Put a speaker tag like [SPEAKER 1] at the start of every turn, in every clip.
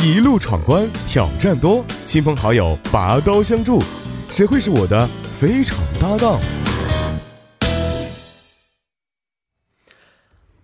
[SPEAKER 1] 一路闯关，挑战多，亲朋好友拔刀相助，谁会是我的非常搭档？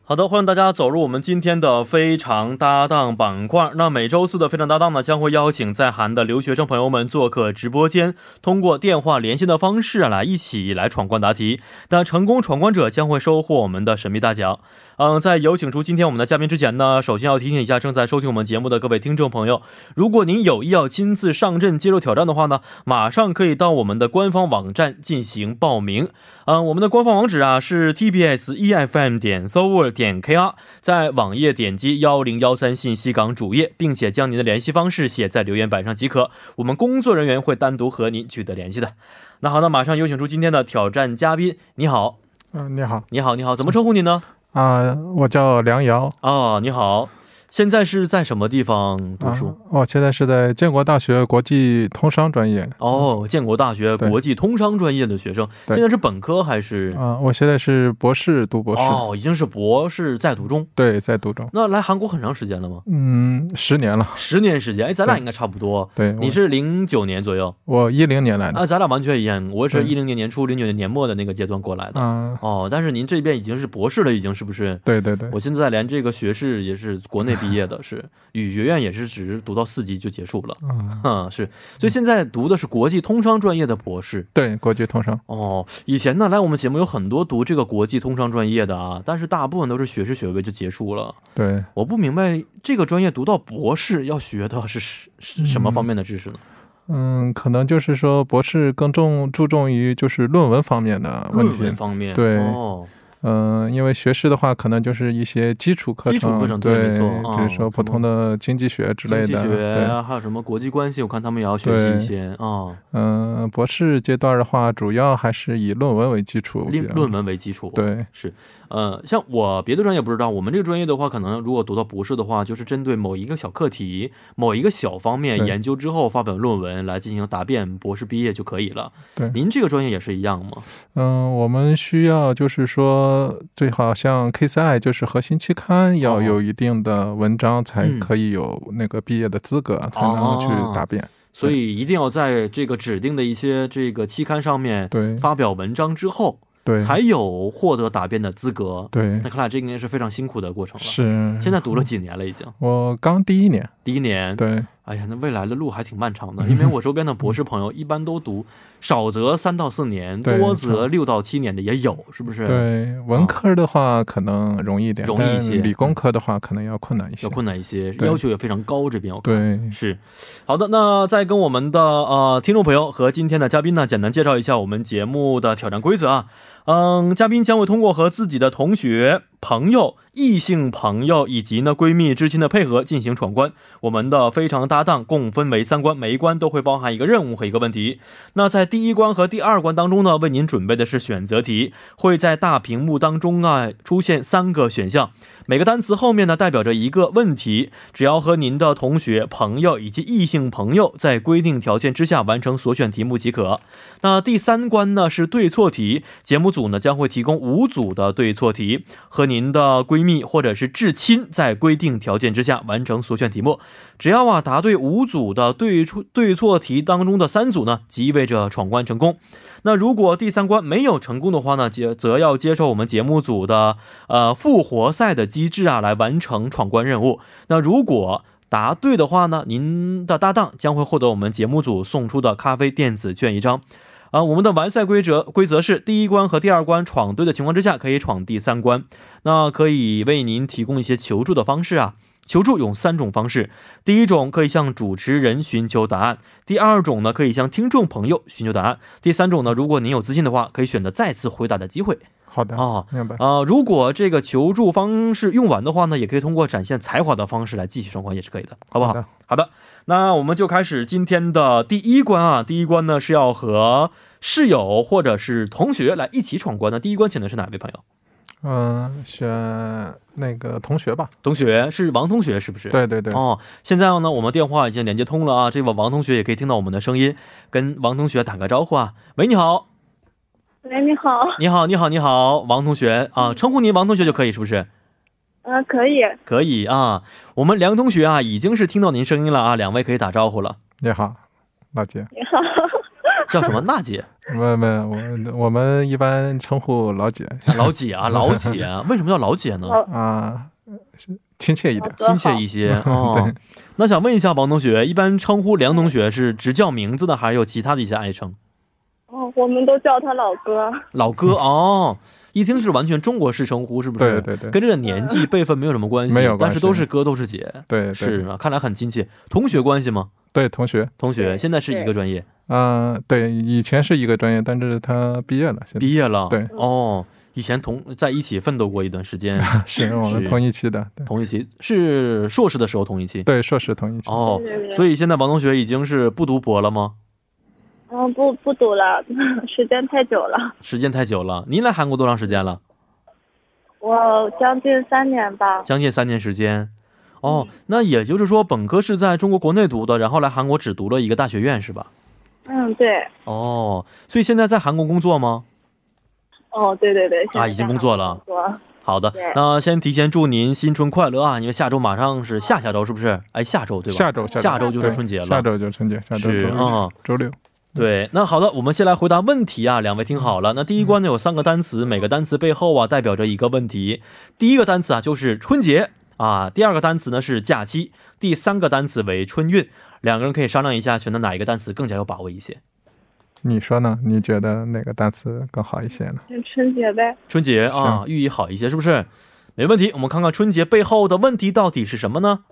[SPEAKER 2] 好的，欢迎大家走入我们今天的非常搭档板块。那每周四的非常搭档呢，将会邀请在韩的留学生朋友们做客直播间，通过电话连线的方式来一起来闯关答题。那成功闯关者将会收获我们的神秘大奖。嗯，在有请出今天我们的嘉宾之前呢，首先要提醒一下正在收听我们节目的各位听众朋友，如果您有意要亲自上阵接受挑战的话呢，马上可以到我们的官方网站进行报名。嗯，我们的官方网址啊是 tbs efm 点 s o w e r 点 kr，在网页点击幺零幺三信息港主页，并且将您的联系方式写在留言板上即可，我们工作人员会单独和您取得联系的。那好，那马上有请出今天的挑战嘉宾。你好，
[SPEAKER 3] 嗯，你好
[SPEAKER 2] 你好，你好，怎么称呼您呢？
[SPEAKER 3] 啊、我叫梁瑶，啊
[SPEAKER 2] 哦，你好，现在是在什么地方读书？
[SPEAKER 3] 啊我现在是在建国大学国际通商专业。
[SPEAKER 2] 哦，建国大学
[SPEAKER 3] 啊对
[SPEAKER 2] 国际通商专业的学生，
[SPEAKER 3] 对
[SPEAKER 2] 现在是本科还是？
[SPEAKER 3] 啊、我现在是博士，读博士，
[SPEAKER 2] 哦，已经是博士在读中。
[SPEAKER 3] 对，在读中，
[SPEAKER 2] 那来韩国很长时间了吗？
[SPEAKER 3] 嗯，十年了。
[SPEAKER 2] 十年时间，哎，咱俩
[SPEAKER 3] 对
[SPEAKER 2] 应该差不多。
[SPEAKER 3] 对，
[SPEAKER 2] 你是零九年左右
[SPEAKER 3] 我一零年来的，
[SPEAKER 2] 啊，咱俩完全一样。我是
[SPEAKER 3] 嗯对
[SPEAKER 2] 一零年年初、零九年年末的那个阶段过来的。
[SPEAKER 3] 嗯、
[SPEAKER 2] 哦，但是您这边已经是博士了，已经是不是？
[SPEAKER 3] 对对对，
[SPEAKER 2] 我现在连这个学士也是国内毕业的， 是语学院也是只是读到四级就结束了，
[SPEAKER 3] 嗯，
[SPEAKER 2] 哼，是。所以现在读的是国际通商专业的博士。
[SPEAKER 3] 对，国际通商，
[SPEAKER 2] 哦，以前呢来我们节目有很多读这个国际通商专业的啊，但是大部分都是学士学位就结束了。
[SPEAKER 3] 对，
[SPEAKER 2] 我不明白这个专业读到博士要学的是是是什么方面的知识呢？
[SPEAKER 3] 嗯，可能就是说博士更重注重于就是论文方面的问
[SPEAKER 2] 论文
[SPEAKER 3] 题，
[SPEAKER 2] 方面，
[SPEAKER 3] 对
[SPEAKER 2] 哦，
[SPEAKER 3] 嗯、因为学士的话，可能就是一些基础课程，
[SPEAKER 2] 基础课程对
[SPEAKER 3] 对，
[SPEAKER 2] 没错
[SPEAKER 3] 比
[SPEAKER 2] 啊
[SPEAKER 3] 如说普
[SPEAKER 2] 什么
[SPEAKER 3] 通的经济学之类的，
[SPEAKER 2] 经济学
[SPEAKER 3] 对
[SPEAKER 2] 啊，还有什么国际关系，我看他们也要学习一些啊，
[SPEAKER 3] 嗯，博士阶段的话，主要还是以论文为基础比
[SPEAKER 2] 论
[SPEAKER 3] 较。
[SPEAKER 2] 论文为基础。，
[SPEAKER 3] 对，
[SPEAKER 2] 呃，像我别的专业不知道，我们这个专业的话，可能如果读到博士的话，就是针对某一个小课题、某一个小方面
[SPEAKER 3] 对
[SPEAKER 2] 研究之后发表论文来进行答辩，博士毕业就可以了。
[SPEAKER 3] 对
[SPEAKER 2] 您这个专业也是一样吗？
[SPEAKER 3] 嗯，我们需要就是说，最好像 KCI 就是核心期刊
[SPEAKER 2] 哦
[SPEAKER 3] 要有一定的文章，才
[SPEAKER 2] 嗯
[SPEAKER 3] 可以有那个毕业的资格，才能
[SPEAKER 2] 哦
[SPEAKER 3] 去答辩。
[SPEAKER 2] 所以一定要在这个指定的一些这个期刊上面
[SPEAKER 3] 对
[SPEAKER 2] 发表文章之后，
[SPEAKER 3] 对
[SPEAKER 2] 嗯哦才有获得答辩的资格。
[SPEAKER 3] 对
[SPEAKER 2] 那，看来这应该是非常辛苦的过程了。
[SPEAKER 3] 是。
[SPEAKER 2] 现在读了几年了？已经
[SPEAKER 3] 我刚第一年，
[SPEAKER 2] 第一年。
[SPEAKER 3] 对，
[SPEAKER 2] 哎呀，那未来的路还挺漫长 的，因为我周边的博士朋友一般都读，少则三到四年，
[SPEAKER 3] 对
[SPEAKER 2] 多则六到七年的也有，是不是？，
[SPEAKER 3] 对
[SPEAKER 2] 啊
[SPEAKER 3] 文科的话可能容易一点，
[SPEAKER 2] 容易一
[SPEAKER 3] 但
[SPEAKER 2] 些
[SPEAKER 3] 理工科的话可能要困难一些
[SPEAKER 2] 要。困难一些，
[SPEAKER 3] 对
[SPEAKER 2] 要求也非常高。这边我看
[SPEAKER 3] 对，
[SPEAKER 2] 是，好的，那再跟我们的呃听众朋友和今天的嘉宾呢，简单介绍一下我们节目的挑战规则啊。嗯，嘉宾将会通过和自己的同学、朋友、异性朋友以及呢闺蜜之间的配合进行闯关。我们的非常搭档共分为三关，每一关都会包含一个任务和一个问题。那在第一关和第二关当中呢，为您准备的是选择题，会在大屏幕当中啊出现三个选项，每个单词后面呢代表着一个问题，只要和您的同学、朋友以及异性朋友在规定条件之下完成所选题目即可。那第三关呢是对错题，节目组呢将会提供五组的对错题，和您的闺蜜或者是至亲在规定条件之下完成所选题目。只要啊答对五组的对错对错题当中的三组呢，即意味着闯关成功。那如果第三关没有成功的话呢，接则要接受我们节目组的呃复活赛的机制啊，来完成闯关任务。那如果答对的话呢，您的搭档将会获得我们节目组送出的咖啡电子券一张。啊、我们的完赛规则规则是：第一关和第二关闯对的情况之下，可以闯第三关。那可以为您提供一些求助的方式啊。求助有三种方式，第一种可以向主持人寻求答案，第二种呢可以向听众朋友寻求答案，第三种呢，如果您有自信的话，可以选择再次回答的机会
[SPEAKER 3] 好的，
[SPEAKER 2] 啊。
[SPEAKER 3] 明白。
[SPEAKER 2] 啊、如果这个求助方式用完的话呢，也可以通过展现才华的方式来继续双关，也是可以的，好不好？
[SPEAKER 3] 好的
[SPEAKER 2] 那我们就开始今天的第一关啊，第一关呢是要和室友或者是同学来一起闯关的。第一关请的是哪位朋友？
[SPEAKER 3] 嗯，选那个同学吧。
[SPEAKER 2] 同学是王同学，是不是？。
[SPEAKER 3] 对对对，
[SPEAKER 2] 哦，现在呢，我们电话已经连接通了啊，这个王同学也可以听到我们的声音，跟王同学打个招呼啊。喂，你好，
[SPEAKER 4] 喂，你好，
[SPEAKER 2] 你好，你好，你好，王同学啊，称呼您王同学就可以，是不是？
[SPEAKER 4] 嗯、可以。
[SPEAKER 2] 可以啊，我们梁同学啊，已经是听到您声音了啊，两位可以打招呼了。
[SPEAKER 3] 你好，老姐，
[SPEAKER 4] 你好，
[SPEAKER 2] 叫 什么？娜姐、
[SPEAKER 3] 没没，我我们一般称呼老姐
[SPEAKER 2] 啊老姐 啊，老姐，为什么叫老姐呢？
[SPEAKER 4] 老
[SPEAKER 3] 啊，是亲切一点。
[SPEAKER 4] 哥
[SPEAKER 2] 亲切
[SPEAKER 4] 好
[SPEAKER 2] 一 些哦。那想问一下王同学，一般称呼梁同学是只叫名字的，还是有其他的一些爱称？
[SPEAKER 4] 哦，我们都叫他老哥。
[SPEAKER 2] 老哥 哦，一听是完全中国式称呼，是不是？
[SPEAKER 3] 对对对
[SPEAKER 2] 跟这个年 纪辈分没有什么关系，
[SPEAKER 3] 没有关
[SPEAKER 2] 但
[SPEAKER 3] 系
[SPEAKER 2] 是都是哥都是姐，
[SPEAKER 3] 对对
[SPEAKER 2] 是啊，看来很亲切。同学关系吗？
[SPEAKER 3] 对，同学，
[SPEAKER 2] 同学
[SPEAKER 4] 对
[SPEAKER 2] 现在是一个专业，
[SPEAKER 3] 嗯、对，以前是一个专业，但是他毕业了，现在
[SPEAKER 2] 毕业了，
[SPEAKER 3] 对
[SPEAKER 2] 哦，以前同在一起奋斗过一段时间，
[SPEAKER 3] 是我们
[SPEAKER 2] 是
[SPEAKER 3] 同一期的，对
[SPEAKER 2] 同一期是硕士的时候同一期，
[SPEAKER 3] 对，硕士同一期。
[SPEAKER 2] 哦
[SPEAKER 4] 对对，对
[SPEAKER 2] 所以现在王同学已经是不读博了吗？
[SPEAKER 4] 嗯，不不读了， 时间太久了，
[SPEAKER 2] 时间太久了，您来韩国多长时间了？
[SPEAKER 4] 我将近三年吧。
[SPEAKER 2] 将近三年时间。哦，那也就是说，本科是在中国国内读的，然后来韩国只读了一个大学院，是吧？
[SPEAKER 4] 嗯，对。
[SPEAKER 2] 哦，所以现在在韩国工作吗？
[SPEAKER 4] 哦，对对对。现在
[SPEAKER 2] 啊已经工作了
[SPEAKER 4] 在工作
[SPEAKER 2] 好的
[SPEAKER 4] 对，
[SPEAKER 2] 那先提前祝您新春快乐啊！因为下周马上是下下周，是不是？哎，下周对吧？
[SPEAKER 3] 下周
[SPEAKER 2] 下周就是
[SPEAKER 3] 对
[SPEAKER 2] 春节了
[SPEAKER 3] 下周就是春节，下周
[SPEAKER 2] 是
[SPEAKER 3] 周六、
[SPEAKER 2] 嗯
[SPEAKER 3] 周六。
[SPEAKER 2] 对，那好的，我们先来回答问题啊，两位听好了。那第一关呢有三个单词，每个单词背后啊代表着一个问题。第一个单词啊就是春节啊，第二个单词呢是假期，第三个单词为春运。两个人可以商量一下，选择哪一个单词更加有把握一些。
[SPEAKER 3] 你说呢？你觉得哪个单词更好一些呢？
[SPEAKER 4] 就春节呗。
[SPEAKER 2] 春节啊，寓意好一些，是不是？没问题，我们看看春节背后的问题到底是什么呢？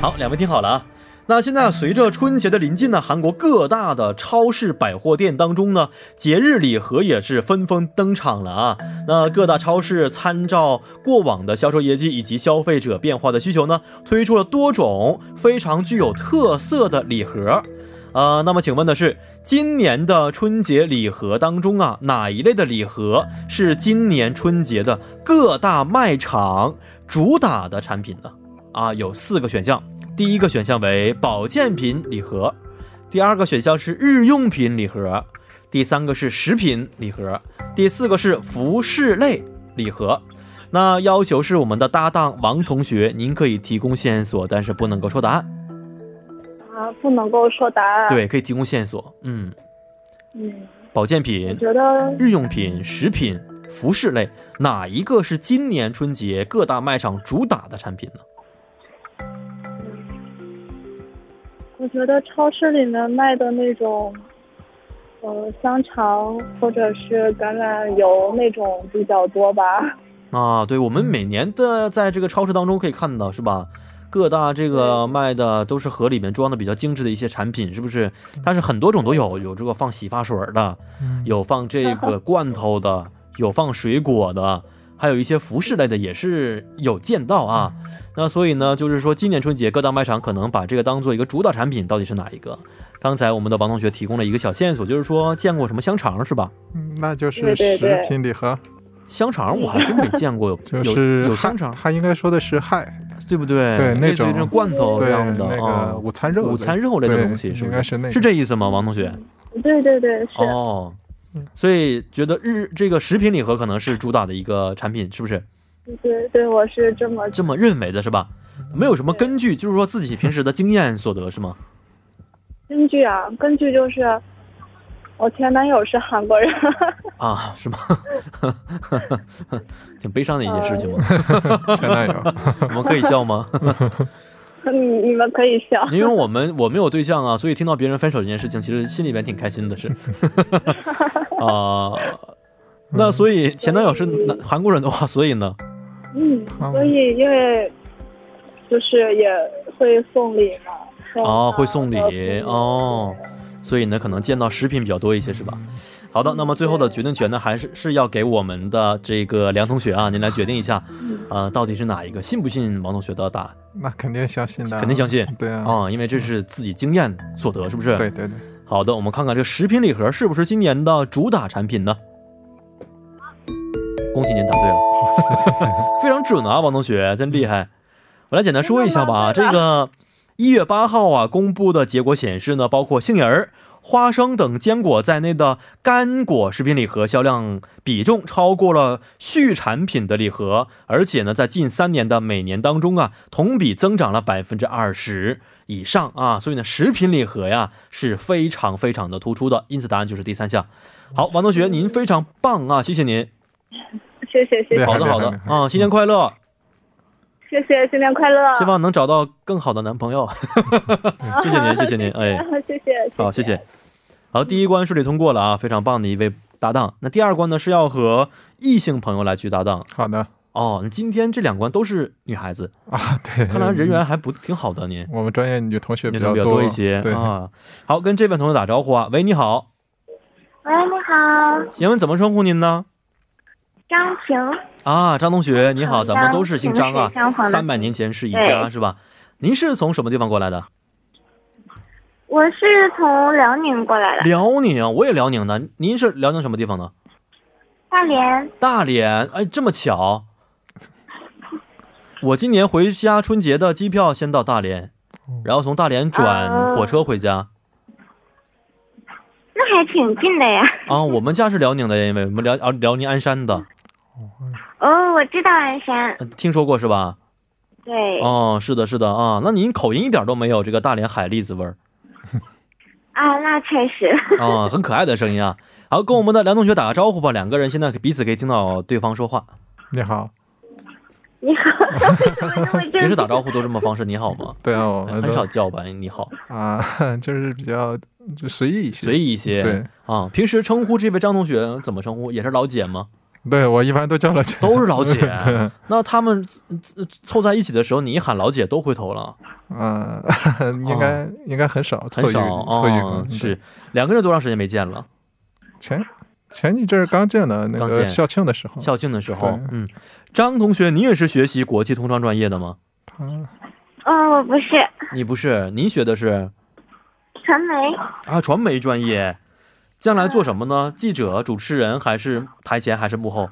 [SPEAKER 2] 好，两位听好了啊。那现在啊随着春节的临近呢，韩国各大的超市、百货店当中呢，节日礼盒也是纷纷登场了啊。那各大超市参照过往的销售业绩以及消费者变化的需求呢，推出了多种非常具有特色的礼盒。呃，那么请问的是，今年的春节礼盒当中啊，哪一类的礼盒是今年春节的各大卖场主打的产品呢？啊，有四个选项，第一个选项为保健品礼盒，第二个选项是日用品礼盒，第三个是食品礼盒，第四个是服饰类礼盒。那要求是我们的搭档王同学，您可以提供线索，但是不能够说答案。
[SPEAKER 4] 啊，不能够说答案。。
[SPEAKER 2] 对，可以提供线索。嗯，
[SPEAKER 4] 嗯，
[SPEAKER 2] 保健
[SPEAKER 4] 我
[SPEAKER 2] 品、
[SPEAKER 4] 觉得
[SPEAKER 2] 日用品、食品、服饰类，哪一个是今年春节各大卖场主打的产品呢？
[SPEAKER 4] 我觉得超市里面卖的那种，呃，香肠或者是橄榄油那种比较多吧。
[SPEAKER 2] 啊，对，我
[SPEAKER 3] 嗯
[SPEAKER 2] 们每年的在这个超市当中可以看到，是吧？各大这个卖的都是盒里面装的比较精致的一些产品，是不是？但是很多种都有，有这个放洗发水儿的，
[SPEAKER 3] 嗯
[SPEAKER 2] 有放 这个罐头的，有放水果的，还有一些服饰类的也是有见到啊。
[SPEAKER 3] 嗯
[SPEAKER 2] 那所以呢，就是说今年春节各大卖场可能把这个当做一个主导产品，到底是哪一个？刚才我们的王同学提供了一个小线索，就是说见过什么香肠是吧？
[SPEAKER 3] 嗯那就是
[SPEAKER 4] 对对
[SPEAKER 3] 食
[SPEAKER 4] 对
[SPEAKER 3] 品礼盒，
[SPEAKER 2] 香肠我还真没见过有
[SPEAKER 3] 就
[SPEAKER 2] 有
[SPEAKER 3] 是
[SPEAKER 2] 有
[SPEAKER 3] 嗨
[SPEAKER 2] 香肠，
[SPEAKER 3] 他应该说的是嗨，
[SPEAKER 2] 对不对？
[SPEAKER 3] 对
[SPEAKER 2] 类
[SPEAKER 3] 那
[SPEAKER 2] 似于
[SPEAKER 3] 种
[SPEAKER 2] 这种罐头这
[SPEAKER 3] 对
[SPEAKER 2] 样的
[SPEAKER 3] 那
[SPEAKER 2] 啊
[SPEAKER 3] 个，午餐肉类，
[SPEAKER 2] 午餐肉类的
[SPEAKER 3] 对
[SPEAKER 2] 东西是
[SPEAKER 3] 应
[SPEAKER 2] 不
[SPEAKER 3] 该
[SPEAKER 2] 是？
[SPEAKER 3] 是那个嗯
[SPEAKER 2] 是这意思吗，王同学？
[SPEAKER 4] 对对对，是。
[SPEAKER 2] 哦，所以觉得日这个食品礼盒可能是主打的一个产品，是不是？
[SPEAKER 4] 对对，我是这么
[SPEAKER 2] 这么认为的是吧？没有什么根据，就是说自己平时的经验所得是吗？
[SPEAKER 4] 根据啊，根据就是我前男友是韩国人，
[SPEAKER 2] 啊，是吗？ 挺悲伤的一件事情嘛，
[SPEAKER 3] 前男 友，
[SPEAKER 2] 我们可以笑吗？
[SPEAKER 4] 你你们可以笑。
[SPEAKER 2] 因为我们我没有对象啊，所以听到别人分手这件事情，其实心里边挺开心的是，啊、那所以前男友是南韩国人的话，所以呢，
[SPEAKER 4] 嗯，
[SPEAKER 3] 们
[SPEAKER 4] 所以因为就是也会送礼嘛。送
[SPEAKER 2] 哦
[SPEAKER 4] 啊
[SPEAKER 2] 会送礼
[SPEAKER 4] 和朋友
[SPEAKER 2] 哦所以呢可能见到食品比较多一些是吧？好的，那么最后的决定权呢，还是是要给我们的这个梁同学啊，您来决定一下，呃，到底是哪一个？信不信王同学的答案？
[SPEAKER 3] 那肯定相信的，
[SPEAKER 2] 肯定相信
[SPEAKER 3] 对啊，
[SPEAKER 2] 啊、因为这是自己经验所得，是不是？
[SPEAKER 3] 对。对对，
[SPEAKER 2] 好的，我们看看这个食品礼盒是不是今年的主打产品呢？恭喜您答对了，非常准啊，王同学，真厉害。我来简单说一下吧，这
[SPEAKER 4] 真的吗
[SPEAKER 2] 个一月八号啊公布的结果显示呢，包括杏仁儿、花生等坚果在内的干果食品礼盒销量比重超过了畜产品的礼盒，而且呢，在近三年的每年当中啊，同比增长了百分之二十以上啊。所以呢，食品礼盒呀是非常非常的突出的，因此答案就是第三项。好，王同学，您非常棒啊，谢谢您。
[SPEAKER 4] 谢谢谢
[SPEAKER 3] 对
[SPEAKER 4] 谢
[SPEAKER 2] 好的好的
[SPEAKER 3] 还没还没
[SPEAKER 2] 啊，新年快乐，
[SPEAKER 4] 谢谢，新年快乐！
[SPEAKER 2] 希望能找到更好的男朋友。谢谢您，谢谢您， 哎。
[SPEAKER 4] 谢谢，
[SPEAKER 2] 好，谢谢。好，第一关顺利通过了啊，非常棒的一位搭档。那第二关呢是要和异性朋友来去搭档
[SPEAKER 3] 好的
[SPEAKER 2] 哦。那今天这两关都是女孩子，
[SPEAKER 3] 啊，对，
[SPEAKER 2] 看来人缘还不挺好的您，
[SPEAKER 3] 我们专业女同学
[SPEAKER 2] 女
[SPEAKER 3] 比
[SPEAKER 2] 生
[SPEAKER 3] 较
[SPEAKER 2] 比较多一些
[SPEAKER 3] 对，
[SPEAKER 2] 啊。好，跟这位同学打招呼啊，喂，你好，
[SPEAKER 4] 喂，你好，
[SPEAKER 2] 请问怎么称呼您呢？
[SPEAKER 4] 张晴。
[SPEAKER 2] 啊，张同
[SPEAKER 4] 嗯
[SPEAKER 2] 学，你好，咱们都是姓张啊
[SPEAKER 4] 我是张黄，的
[SPEAKER 2] 三百年前是一家
[SPEAKER 4] 对
[SPEAKER 2] 是吧？您是从什么地方过来的？
[SPEAKER 4] 我是从辽宁过 来的，
[SPEAKER 2] 辽宁，啊我也辽宁的。您是辽宁什么地方的？
[SPEAKER 4] 大连。
[SPEAKER 2] 大连，哎，这么巧，我今年回家春节的机票先到大连，然后从大连转
[SPEAKER 4] 啊
[SPEAKER 2] 火车回家。
[SPEAKER 4] 那还挺近的呀。
[SPEAKER 2] 啊，我们家是辽宁的，因为我们辽啊辽宁鞍山的，
[SPEAKER 4] 哦，我知道鞍山。
[SPEAKER 2] 呃听说过是吧？
[SPEAKER 4] 对。
[SPEAKER 2] 哦，是的，是的啊，那您口音一点都没有这个大连海蛎子味儿
[SPEAKER 4] 啊，那确实。
[SPEAKER 2] 啊，很可爱的声音啊。好，跟我们的梁同学打个招呼吧，两个人现在彼此可以听到对方说话，
[SPEAKER 3] 你好，
[SPEAKER 4] 你好，为什么那么正
[SPEAKER 2] 平时
[SPEAKER 4] 经
[SPEAKER 2] 打招呼都这么方式，你好吗？
[SPEAKER 3] 对啊，我们
[SPEAKER 2] 很
[SPEAKER 3] 都
[SPEAKER 2] 少叫吧，你好，
[SPEAKER 3] 啊， 就是比较就随意一些，
[SPEAKER 2] 随意一些。
[SPEAKER 3] 对
[SPEAKER 2] 啊，平时称呼这位张同学怎么称呼？也是老姐吗？
[SPEAKER 3] 对我一般都叫了姐，
[SPEAKER 2] 都是老姐
[SPEAKER 3] 对，
[SPEAKER 2] 那他们呃呃凑在一起的时候，你一喊老姐都回头了，
[SPEAKER 3] 啊， 应该应该很少，
[SPEAKER 2] 哦很
[SPEAKER 3] 错
[SPEAKER 2] 少
[SPEAKER 3] 语错语
[SPEAKER 2] 哦
[SPEAKER 3] 嗯。对
[SPEAKER 2] 是两个人多长时间没见了？
[SPEAKER 3] 前前几阵儿刚见的那
[SPEAKER 2] 刚见
[SPEAKER 3] 个校庆的时候，
[SPEAKER 2] 校庆的时候
[SPEAKER 3] 对，
[SPEAKER 2] 嗯，张同学，你也是学习国际通商专业的吗？
[SPEAKER 3] 他
[SPEAKER 4] 哦，我不是
[SPEAKER 2] 你不是，您学的是
[SPEAKER 4] 传媒，
[SPEAKER 2] 啊传媒专业，将来做什么呢？记者、主持人，还是台前，还是幕后？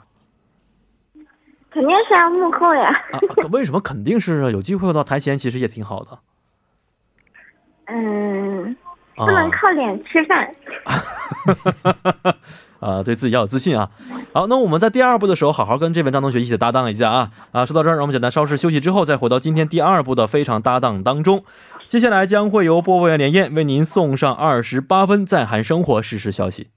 [SPEAKER 4] 肯定是要幕后呀。
[SPEAKER 2] 啊，可为什么肯定是啊有机会到台前，其实也挺好的
[SPEAKER 4] 嗯，
[SPEAKER 2] 啊
[SPEAKER 4] 不能靠脸吃饭。
[SPEAKER 2] 啊，对自己要有自信啊。好，那我们在第二步的时候，好好跟这位张同学一起搭档一下啊啊！说到这儿，让我们简单稍事休息之后，再回到今天第二步的非常搭档当中。接下来将会由播报员连燕为您送上二十八分在韩生活实时消息。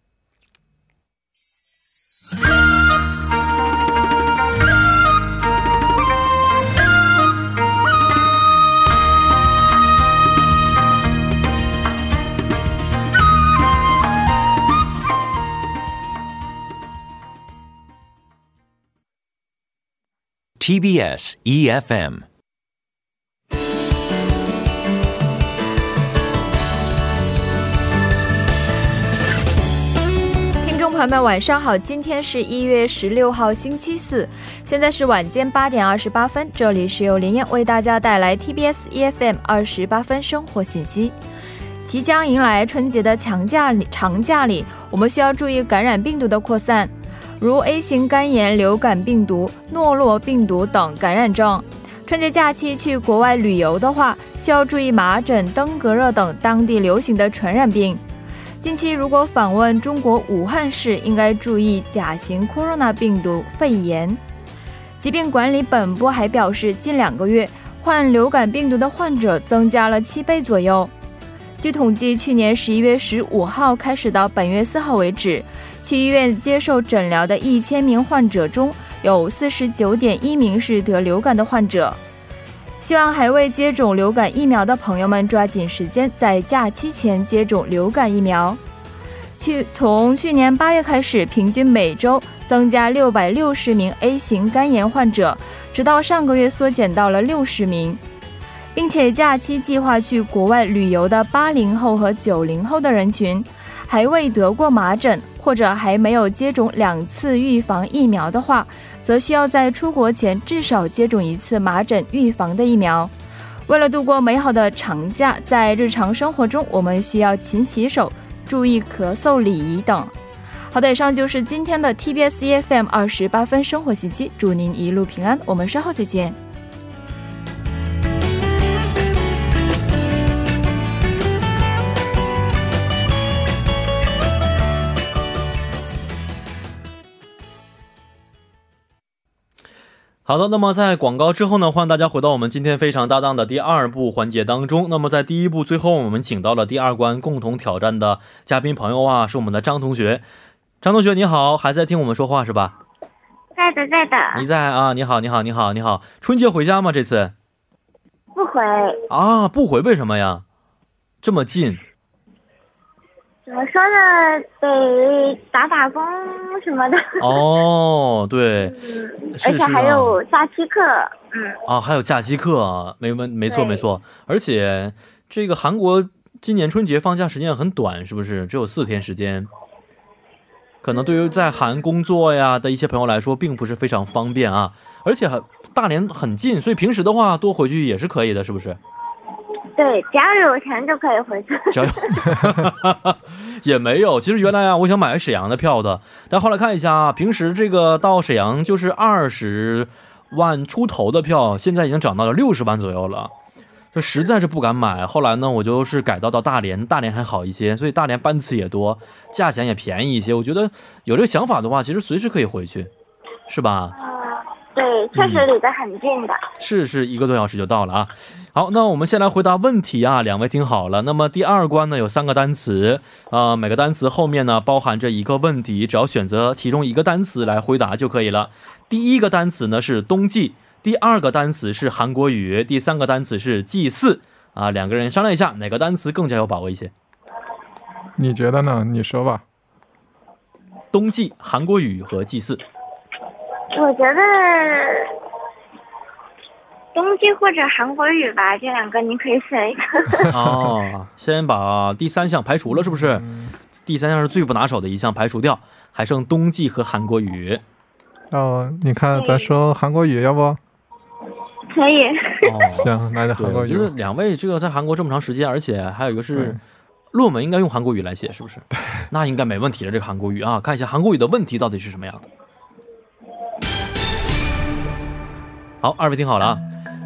[SPEAKER 5] TBS EFM
[SPEAKER 6] 听众朋友们，晚上好！今天是一月十六号，星期四，现在是晚间八点二十八分，这里是由林燕为大家带来 TBS EFM E 二十八分生活信息。即将迎来春节的长假里，长假里我们需要注意感染病毒的扩散，如 A 型肝炎、流感病毒、诺罗病毒等感染症。春节假期去国外旅游的话，需要注意麻疹、登革热等当地流行的传染病。近期如果访问中国武汉市，应该注意甲型 corona 病毒肺炎。疾病管理本部还表示，近两个月患流感病毒的患者增加了七倍左右。据统计，去年十一月十五号开始到本月四号为止，去医院接受诊疗的一千名患者中，有四十九点一名是得流感的患者。希望还未接种流感疫苗的朋友们抓紧时间在假期前接种流感疫苗。去从去年八月开始，平均每周增加六百六十名 A 型肝炎患者，直到上个月缩减到了六十名，并且假期计划去国外旅游的八零后和九零后的人群，还未得过麻疹或者还没有接种两次预防疫苗的话，则需要在出国前至少接种一次麻疹预防的疫苗。为了度过美好的长假，在日常生活中，我们需要勤洗手、注意咳嗽礼仪等。好的，以上就是今天的 TBS EFM E 二十八分生活信息，祝您一路平安，我们稍后再见。
[SPEAKER 2] 好的，那么在广告之后呢，欢迎大家回到我们今天非常搭档的第二部环节当中。那么在第一部最后，我们请到了第二关共同挑战的嘉宾朋友啊，是我们的张同学。张同学你好，还在听我们说话是吧？
[SPEAKER 7] 在的，在
[SPEAKER 2] 你
[SPEAKER 7] 的，
[SPEAKER 2] 在啊？你好，你好，你好，你好。春节回家吗？这次
[SPEAKER 7] 不回，
[SPEAKER 2] 啊，不回，为什么呀？这么近
[SPEAKER 7] 怎么说呢？得打打工什么的，
[SPEAKER 2] 哦，对，
[SPEAKER 7] 嗯，
[SPEAKER 2] 是
[SPEAKER 7] 而且
[SPEAKER 2] 是
[SPEAKER 7] 还
[SPEAKER 2] 啊
[SPEAKER 7] 有假期课，嗯，
[SPEAKER 2] 啊，还有假期课啊，没问，没错
[SPEAKER 7] 对
[SPEAKER 2] 没错。而且这个韩国今年春节放假时间很短，是不是？只有四天时间。可能对于在韩工作呀的一些朋友来说，并不是非常方便啊。而且很大连很近，所以平时的话多回去也是可以的，是不是？
[SPEAKER 7] 对，只要有钱就可以回去。
[SPEAKER 2] 只要有也没有。其实原来啊，我想买沈阳的票的，但后来看一下啊，平时这个到沈阳就是二十万出头的票，现在已经涨到了六十万左右了。就实在是不敢买，后来呢，我就是改到到大连，大连还好一些，所以大连班次也多，价钱也便宜一些。我觉得有这个想法的话，其实随时可以回去，是吧？
[SPEAKER 7] 嗯，对，确实离得很近的。
[SPEAKER 2] 是是一个多小时就到了啊。好，那我们先来回答问题啊，两位听好了。那么第二关呢有三个单词，呃，每个单词后面呢包含着一个问题，只要选择其中一个单词来回答就可以了。第一个单词呢是冬季，第二个单词是韩国语，第三个单词是祭祀。啊，两个人商量一下哪个单词更加有把握一些。
[SPEAKER 3] 你觉得呢？你说吧。
[SPEAKER 2] 冬季、韩国语和祭祀。
[SPEAKER 7] 我觉得冬季或者韩国语吧，这两个你可以选一个。
[SPEAKER 2] 哦，先把第三项排除了，是不是？
[SPEAKER 3] 嗯
[SPEAKER 2] 第三项是最不拿手的一项，排除掉，还剩冬季和韩国语。
[SPEAKER 3] 哦，你看，咱说韩国语，要不？
[SPEAKER 7] 可以，
[SPEAKER 2] 哦，
[SPEAKER 3] 行，那就
[SPEAKER 2] 对，
[SPEAKER 3] 韩国
[SPEAKER 2] 我
[SPEAKER 3] 语
[SPEAKER 2] 觉得
[SPEAKER 3] 吧。
[SPEAKER 2] 两位这个在韩国这么长时间，而且还有一个是
[SPEAKER 3] 对
[SPEAKER 2] 论文应该用韩国语来写，是不是？那应该没问题了。这个韩国语啊，看一下韩国语的问题到底是什么样的。好，二位听好了啊。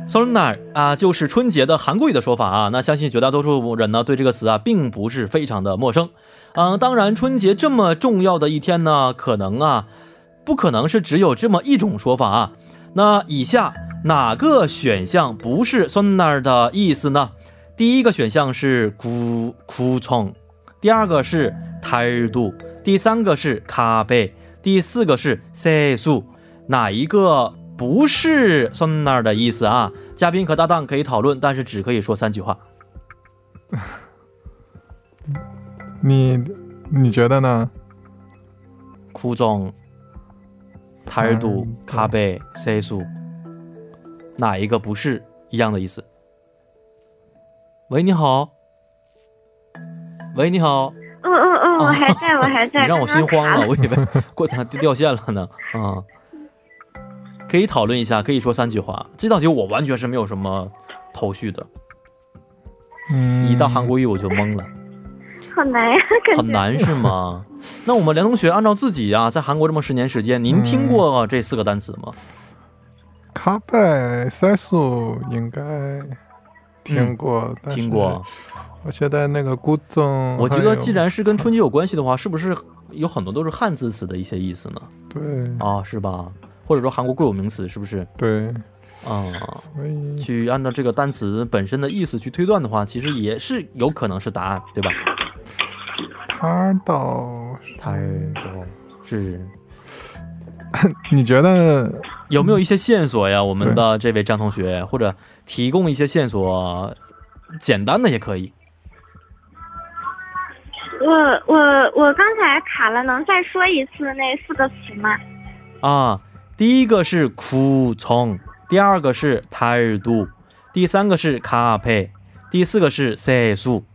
[SPEAKER 2] Solnar 啊，就是春节的韩国语的说法啊。那相信绝大多数人呢，对这个词啊，并不是非常的陌生。嗯、当然，春节这么重要的一天呢，可能啊，不可能是只有这么一种说法啊。那以下哪个选项不是 sonar 的意思呢？第一个选项是구구청，第二个是态度，第三个是咖啡，第四个是세素。哪一个不是 sonar 的意思啊？嘉宾和搭档可以讨论，但是只可以说三句话。
[SPEAKER 3] 你你觉得呢？
[SPEAKER 2] 구정、态度、
[SPEAKER 3] 嗯对
[SPEAKER 2] 咖啡、세素，哪一个不是一样的意思？喂，你好。喂，你好。
[SPEAKER 7] 嗯嗯嗯，我还在，我还在。
[SPEAKER 2] 哦 你让我心慌了，我以为 过它掉线了呢。啊、可以讨论一下，可以说三句话。这道题我完全是没有什么头绪的，
[SPEAKER 3] 嗯，
[SPEAKER 2] 一到韩国语我就懵了，
[SPEAKER 7] 好难呀，感觉
[SPEAKER 2] 很。难是 吗？那我们梁同学按照自己啊，在韩国这么十年时间，您听过这四个单词吗？
[SPEAKER 3] 卡拜塞素应该听过，但
[SPEAKER 2] 嗯
[SPEAKER 3] 是
[SPEAKER 2] 听过。。
[SPEAKER 3] 我觉得那个古总，
[SPEAKER 2] 我觉
[SPEAKER 3] 嗯还有
[SPEAKER 2] 得既然是跟春节有关系的话，是不是有很多都是汉字词的一些意思呢？
[SPEAKER 3] 对
[SPEAKER 2] 啊，是吧？或者说韩国固有名词是不是？
[SPEAKER 3] 对，
[SPEAKER 2] 啊、
[SPEAKER 3] 所以
[SPEAKER 2] 去按照这个单词本身的意思去推断的话，其实也是有可能是答案，对吧？
[SPEAKER 3] 他倒是，
[SPEAKER 2] 它都是
[SPEAKER 3] 你觉得
[SPEAKER 2] 有没有一些线索呀？我们的这位张同学，或者提供一些线索，简单的也可以。
[SPEAKER 7] 我我我刚才卡了，能再说一次那四个词吗？
[SPEAKER 2] 啊，第一个是苦从，第二个是态度，第三个是咖啡，第四个是色素。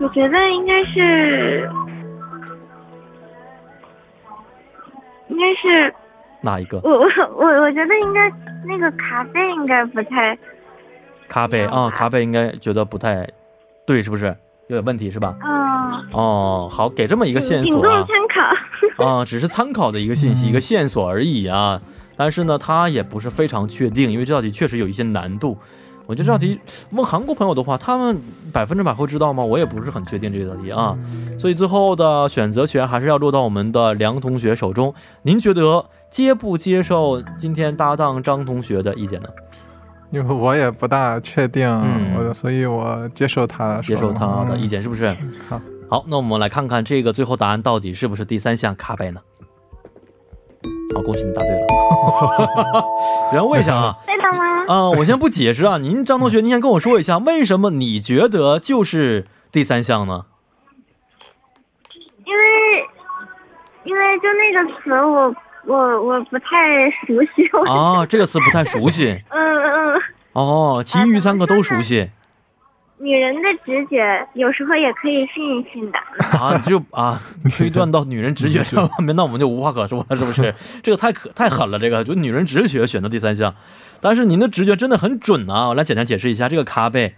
[SPEAKER 7] 我觉得应该是，应该是
[SPEAKER 2] 哪一个？
[SPEAKER 7] 我我我我觉得应该那个咖啡应该不太
[SPEAKER 2] 咖啡啊，咖啡应该觉得不太对，是不是？有点问题是吧？
[SPEAKER 7] 嗯，
[SPEAKER 2] 哦，好，给这么一个线
[SPEAKER 7] 仅
[SPEAKER 2] 索
[SPEAKER 7] 供
[SPEAKER 2] 啊
[SPEAKER 7] 参考。
[SPEAKER 2] 啊，只是参考的一个信息、一个线索而已啊。但是呢，它也不是非常确定，因为这道题确实有一些难度。我觉得这道题问韩国朋友的话，他们百分之百会知道吗？我也不是很确定这道题啊，所以最后的选择权还是要落到我们的梁同学手中。您觉得接不接受今天搭档张同学的意见呢？
[SPEAKER 3] 因为我也不大确定，
[SPEAKER 2] 嗯
[SPEAKER 3] 我所以我接受他
[SPEAKER 2] 接受他的意
[SPEAKER 3] 见。
[SPEAKER 2] 见是不是？
[SPEAKER 3] 嗯好，
[SPEAKER 2] 好，那我们来看看这个最后答案到底是不是第三项卡贝呢？好，恭喜你答对了。 然后问一下啊，
[SPEAKER 7] 对的吗？
[SPEAKER 2] 啊、我先不解释啊，您张同学，您先跟我说一下，为什么你觉得就是第三项呢？
[SPEAKER 7] 因为因为就那个词我我我不太熟悉，我
[SPEAKER 2] 啊，这个词不太熟悉
[SPEAKER 7] 嗯嗯，
[SPEAKER 2] 哦，其余三个都熟悉
[SPEAKER 7] 女人的直觉有时候也可以信一信的。
[SPEAKER 2] 啊，你就啊推断到女人直觉这方面，那我们就无话可说了，是不是？这个太可太狠了，这个就女人直觉选择第三项，但是您的直觉真的很准啊！我来简单解释一下这个咖贝。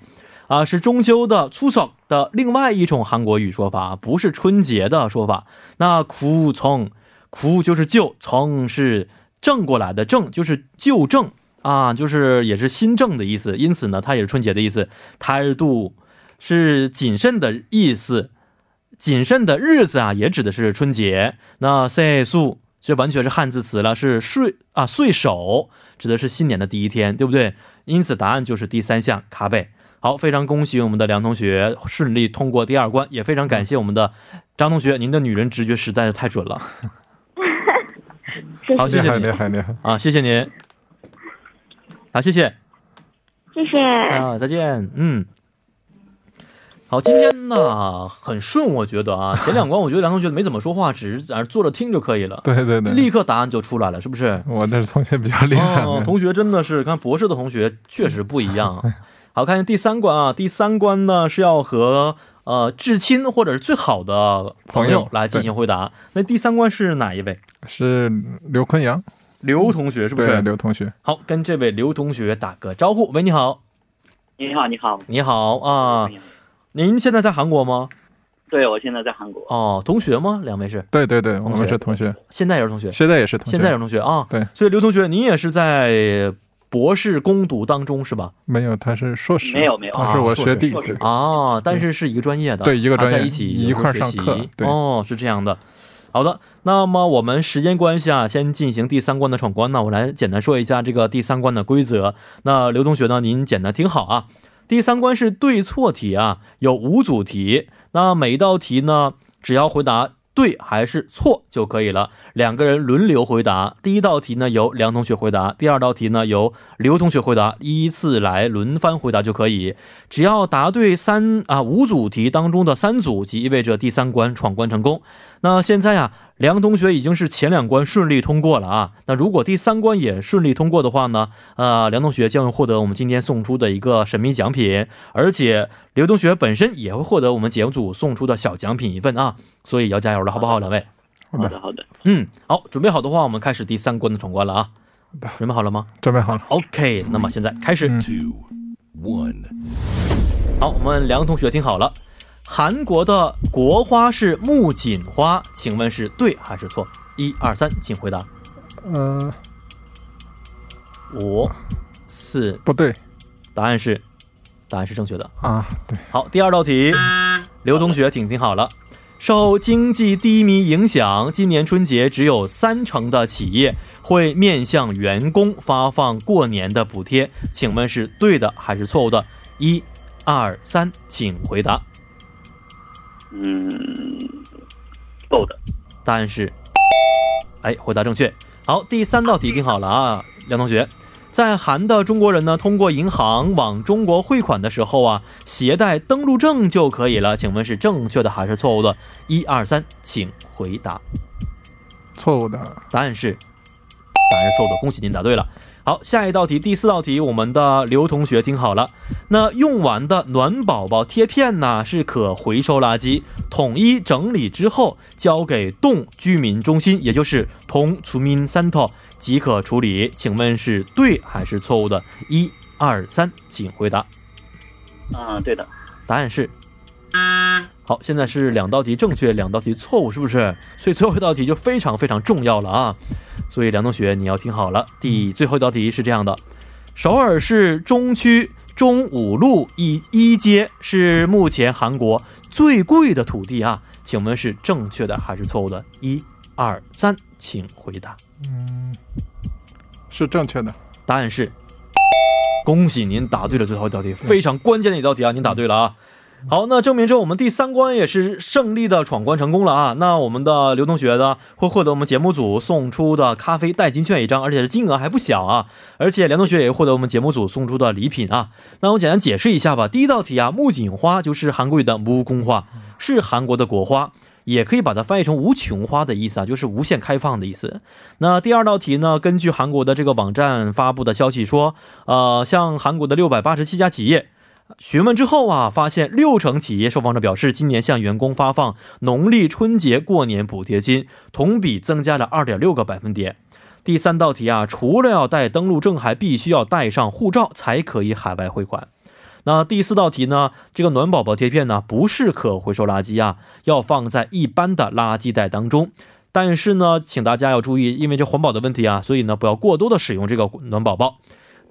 [SPEAKER 2] 啊，是中秋的추석的另外一种韩国语说法，不是春节的说法。那苦从苦就是旧，从是正过来的正，就是旧正啊，就是也是新政的意思。因此呢，它也是春节的意思。态度是谨慎的意思，谨慎的日子啊，也指的是春节。那岁数这完全是汉字词了，是岁啊岁首，指的是新年的第一天，对不对？因此答案就是第三项卡贝。好，非常恭喜我们的梁同学顺利通过第二关，也非常感谢我们的张同学，您的女人直觉实在是太准了。好，谢
[SPEAKER 3] 厉
[SPEAKER 2] 谢
[SPEAKER 3] 害
[SPEAKER 2] 您
[SPEAKER 3] 厉害厉害。
[SPEAKER 2] 啊，谢谢您。好，谢谢。
[SPEAKER 7] 谢谢。
[SPEAKER 2] 啊，再见，嗯。好，今天呢很顺，我觉得啊，前两关我觉得梁同学没怎么说话，只是在那儿坐着听就可以了，
[SPEAKER 3] 对对对，
[SPEAKER 2] 立刻答案就出来了，是不是？
[SPEAKER 3] 我这同学比较厉害
[SPEAKER 2] 哦，，同学真的是，看博士的同学确实不一样啊。 好，看一下第三关啊，第三关呢是要和呃至亲或者是最好的朋
[SPEAKER 3] 朋
[SPEAKER 2] 友
[SPEAKER 3] 友
[SPEAKER 2] 来进行回答。那第三关是哪一位？
[SPEAKER 3] 是刘坤阳，
[SPEAKER 2] 刘同学是不
[SPEAKER 3] 对
[SPEAKER 2] 是？
[SPEAKER 3] 刘同学，
[SPEAKER 2] 好，跟这位刘同学打个招呼。喂，你好，
[SPEAKER 8] 你好，你好
[SPEAKER 2] 你好啊，
[SPEAKER 8] 你好
[SPEAKER 2] 您现在在韩国吗？
[SPEAKER 8] 对我现在在韩国，
[SPEAKER 2] 哦，同学吗？两位是，
[SPEAKER 3] 对对对，
[SPEAKER 2] 同
[SPEAKER 3] 我
[SPEAKER 2] 学
[SPEAKER 3] 们是同学，
[SPEAKER 2] 现在也是同学，
[SPEAKER 3] 现在也是同学，
[SPEAKER 2] 现在也是同学啊。
[SPEAKER 3] 对，
[SPEAKER 2] 所以刘同学，您也是在博士攻读当中是吧？
[SPEAKER 3] 没有，他是硕士，
[SPEAKER 8] 没有没有
[SPEAKER 3] 他是我
[SPEAKER 2] 啊硕士
[SPEAKER 3] 学弟，
[SPEAKER 8] 硕士
[SPEAKER 3] 对
[SPEAKER 2] 啊，但是是一个专业的，
[SPEAKER 3] 对一个专业
[SPEAKER 2] 啊在一起
[SPEAKER 3] 一块儿上课
[SPEAKER 2] 有时候学习
[SPEAKER 3] 对
[SPEAKER 2] 哦，是这样的。好的，那么我们时间关系啊，先进行第三关的闯关呢。我来简单说一下这个第三关的规则。那刘同学呢，您简单听好啊。第三关是对错题啊，有五组题。那每一道题呢，只要回答对还是错就可以了。两个人轮流回答。第一道题呢由梁同学回答，第二道题呢由刘同学回答，依次来轮番回答就可以。只要答对三啊五组题当中的三组，即意味着第三关闯关成功。那现在啊，梁同学已经是前两关顺利通过了啊。那如果第三关也顺利通过的话呢，呃，梁同学将会获得我们今天送出的一个神秘奖品，而且刘同学本身也会获得我们节目组送出的小奖品一份啊。所以要加油了，好不好，两位？
[SPEAKER 3] 好
[SPEAKER 8] 好
[SPEAKER 3] 的
[SPEAKER 8] 的好的，
[SPEAKER 2] 嗯，好，准备好的话，我们开始第三关的闯关了啊
[SPEAKER 3] 的。
[SPEAKER 2] 准备好了吗
[SPEAKER 3] 准备好了，
[SPEAKER 2] ？OK，那么现在开始。
[SPEAKER 3] 嗯
[SPEAKER 9] two, one.
[SPEAKER 2] 好，我们梁同学听好了，韩国的国花是木槿花，请问是对还是错？一二三，请回答。
[SPEAKER 3] 呃，
[SPEAKER 2] 五、四，
[SPEAKER 3] 不对
[SPEAKER 2] 答案是，答案是正确的。
[SPEAKER 3] 啊，对，
[SPEAKER 2] 好，第二道题，刘同学，请听好了。受经济低迷影响，今年春节只有三成的企业会面向员工发放过年的补贴，请问是对的还是错误的？一、二、三，请回答。
[SPEAKER 8] 嗯，够的，
[SPEAKER 2] 答案是，哎，回答正确。好，第三道题听好了啊，梁同学，在韩的中国人呢，通过银行往中国汇款的时候啊，携带登录证就可以了。请问是正确的还是错误的？一二三，请回答。
[SPEAKER 3] 错误的，
[SPEAKER 2] 答案是，答案是错误的，恭喜您答对了。好，下一道题，第四道题，我们的刘同学听好了，那用完的暖宝宝贴片呢，是可回收垃圾，统一整理之后交给洞居民中心，也就是同除民三套即可处理。请问是对还是错误的？一、二、三，请回答。
[SPEAKER 8] 嗯，对的，
[SPEAKER 2] 答案是。好，现在是两道题正确，两道题错误，是不是？所以最后一道题就非常非常重要了啊！所以梁同学，你要听好了，第最后一道题是这样的：首尔市中区中五路一一街是目前韩国最贵的土地啊，请问是正确的还是错误的？一、二、三，请回答。
[SPEAKER 3] 嗯，是正确的。
[SPEAKER 2] 答案是，恭喜您答对了最后一道题，非常关键的一道题啊，您答对了啊。好，那证明这我们第三关也是胜利的闯关成功了啊！那我们的刘同学呢，会获得我们节目组送出的咖啡代金券一张，而且是金额还不小啊！而且梁同学也获得我们节目组送出的礼品啊！那我简单解释一下吧。第一道题啊，木槿花就是韩国语的무궁花，是韩国的国花，也可以把它翻译成无穷花的意思啊，就是无限开放的意思。那第二道题呢？根据韩国的这个网站发布的消息说，呃，像韩国的六百八十七家企业询问之后啊，发现六成企业受访者表示，今年向员工发放农历春节过年补贴金，同比增加了二点六个百分点。第三道题啊，除了要带登录证，还必须要带上护照才可以海外汇款。那第四道题呢？这个暖宝宝贴片呢，不是可回收垃圾啊，要放在一般的垃圾袋当中。但是呢，请大家要注意，因为这环保的问题啊，所以呢，不要过多的使用这个暖宝宝。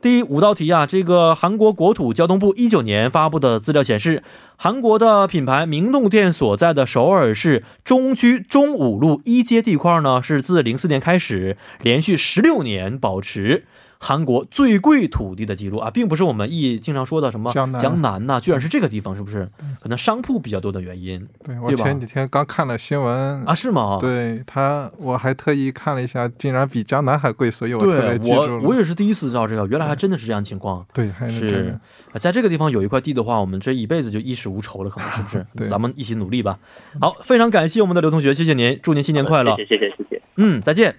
[SPEAKER 2] 第五道题啊，这个韩国国土交通部一九年发布的资料显示，韩国的品牌明洞店所在的首尔市中区中五路一街地块呢，是自零四年开始连续十六年保持韩国最贵土地的记录啊，并不是我们一经常说的什么
[SPEAKER 3] 江南嗯
[SPEAKER 2] 江南呐、居然是这个地方，是不是？可能商铺比较多的原因
[SPEAKER 3] 对我
[SPEAKER 2] 对吧
[SPEAKER 3] 前几天刚看了新闻
[SPEAKER 2] 啊？，是吗？
[SPEAKER 3] 对他，我还特意看了一下，竟然比江南还贵，所以我特别
[SPEAKER 2] 对
[SPEAKER 3] 记住
[SPEAKER 2] 我我
[SPEAKER 3] 了。
[SPEAKER 2] 也是第一次知道这个，原来还真的是这样情况。
[SPEAKER 3] 对，还是这
[SPEAKER 2] 是
[SPEAKER 3] 个，
[SPEAKER 2] 啊在这个地方有一块地的话，我们这一辈子就衣食无愁了，可能是不是？
[SPEAKER 3] 对
[SPEAKER 2] 咱们一起努力吧。好，非常感谢我们的刘同学，谢谢您，祝您新年快乐。
[SPEAKER 8] 谢谢谢谢谢谢。
[SPEAKER 2] 嗯，再见。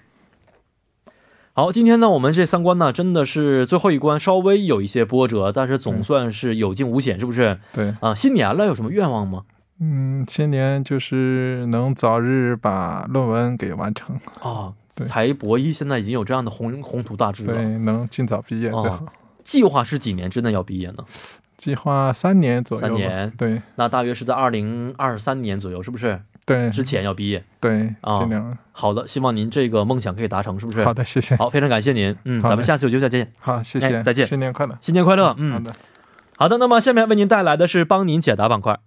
[SPEAKER 2] 好，今天呢，我们这三关呢，真的是最后一关稍微有一些波折，但是
[SPEAKER 3] 嗯
[SPEAKER 2] 总算是有惊无险，是不是？
[SPEAKER 3] 对，
[SPEAKER 2] 啊，新年了，有什么愿望吗？
[SPEAKER 3] 嗯，新年就是能早日把论文给完成，
[SPEAKER 2] 啊，
[SPEAKER 3] 对
[SPEAKER 2] 才博一现在已经有这样的宏宏图大志了，
[SPEAKER 3] 对，能尽早毕业最
[SPEAKER 2] 哦
[SPEAKER 3] 好。
[SPEAKER 2] 计划是几年之内要毕业呢？
[SPEAKER 3] 计划三年左右吧，
[SPEAKER 2] 三年
[SPEAKER 3] 对
[SPEAKER 2] 那大约是在二零二三年左右，是不是？
[SPEAKER 3] 对
[SPEAKER 2] 之前要毕业。
[SPEAKER 3] 对，
[SPEAKER 2] 啊
[SPEAKER 3] 尽量。
[SPEAKER 2] 好的，希望您这个梦想可以达成，是不是？
[SPEAKER 3] 好，的，谢谢，
[SPEAKER 2] 好，非常感谢您。嗯，
[SPEAKER 3] 好的
[SPEAKER 2] 咱们下次有机会再见，
[SPEAKER 3] 好，谢
[SPEAKER 2] 哎
[SPEAKER 3] 谢，
[SPEAKER 2] 再见
[SPEAKER 3] 新年快乐。
[SPEAKER 2] 新年快乐。
[SPEAKER 3] 好
[SPEAKER 2] 嗯，
[SPEAKER 3] 的，
[SPEAKER 2] 好的。那么下面为您带来的是帮您解答板块。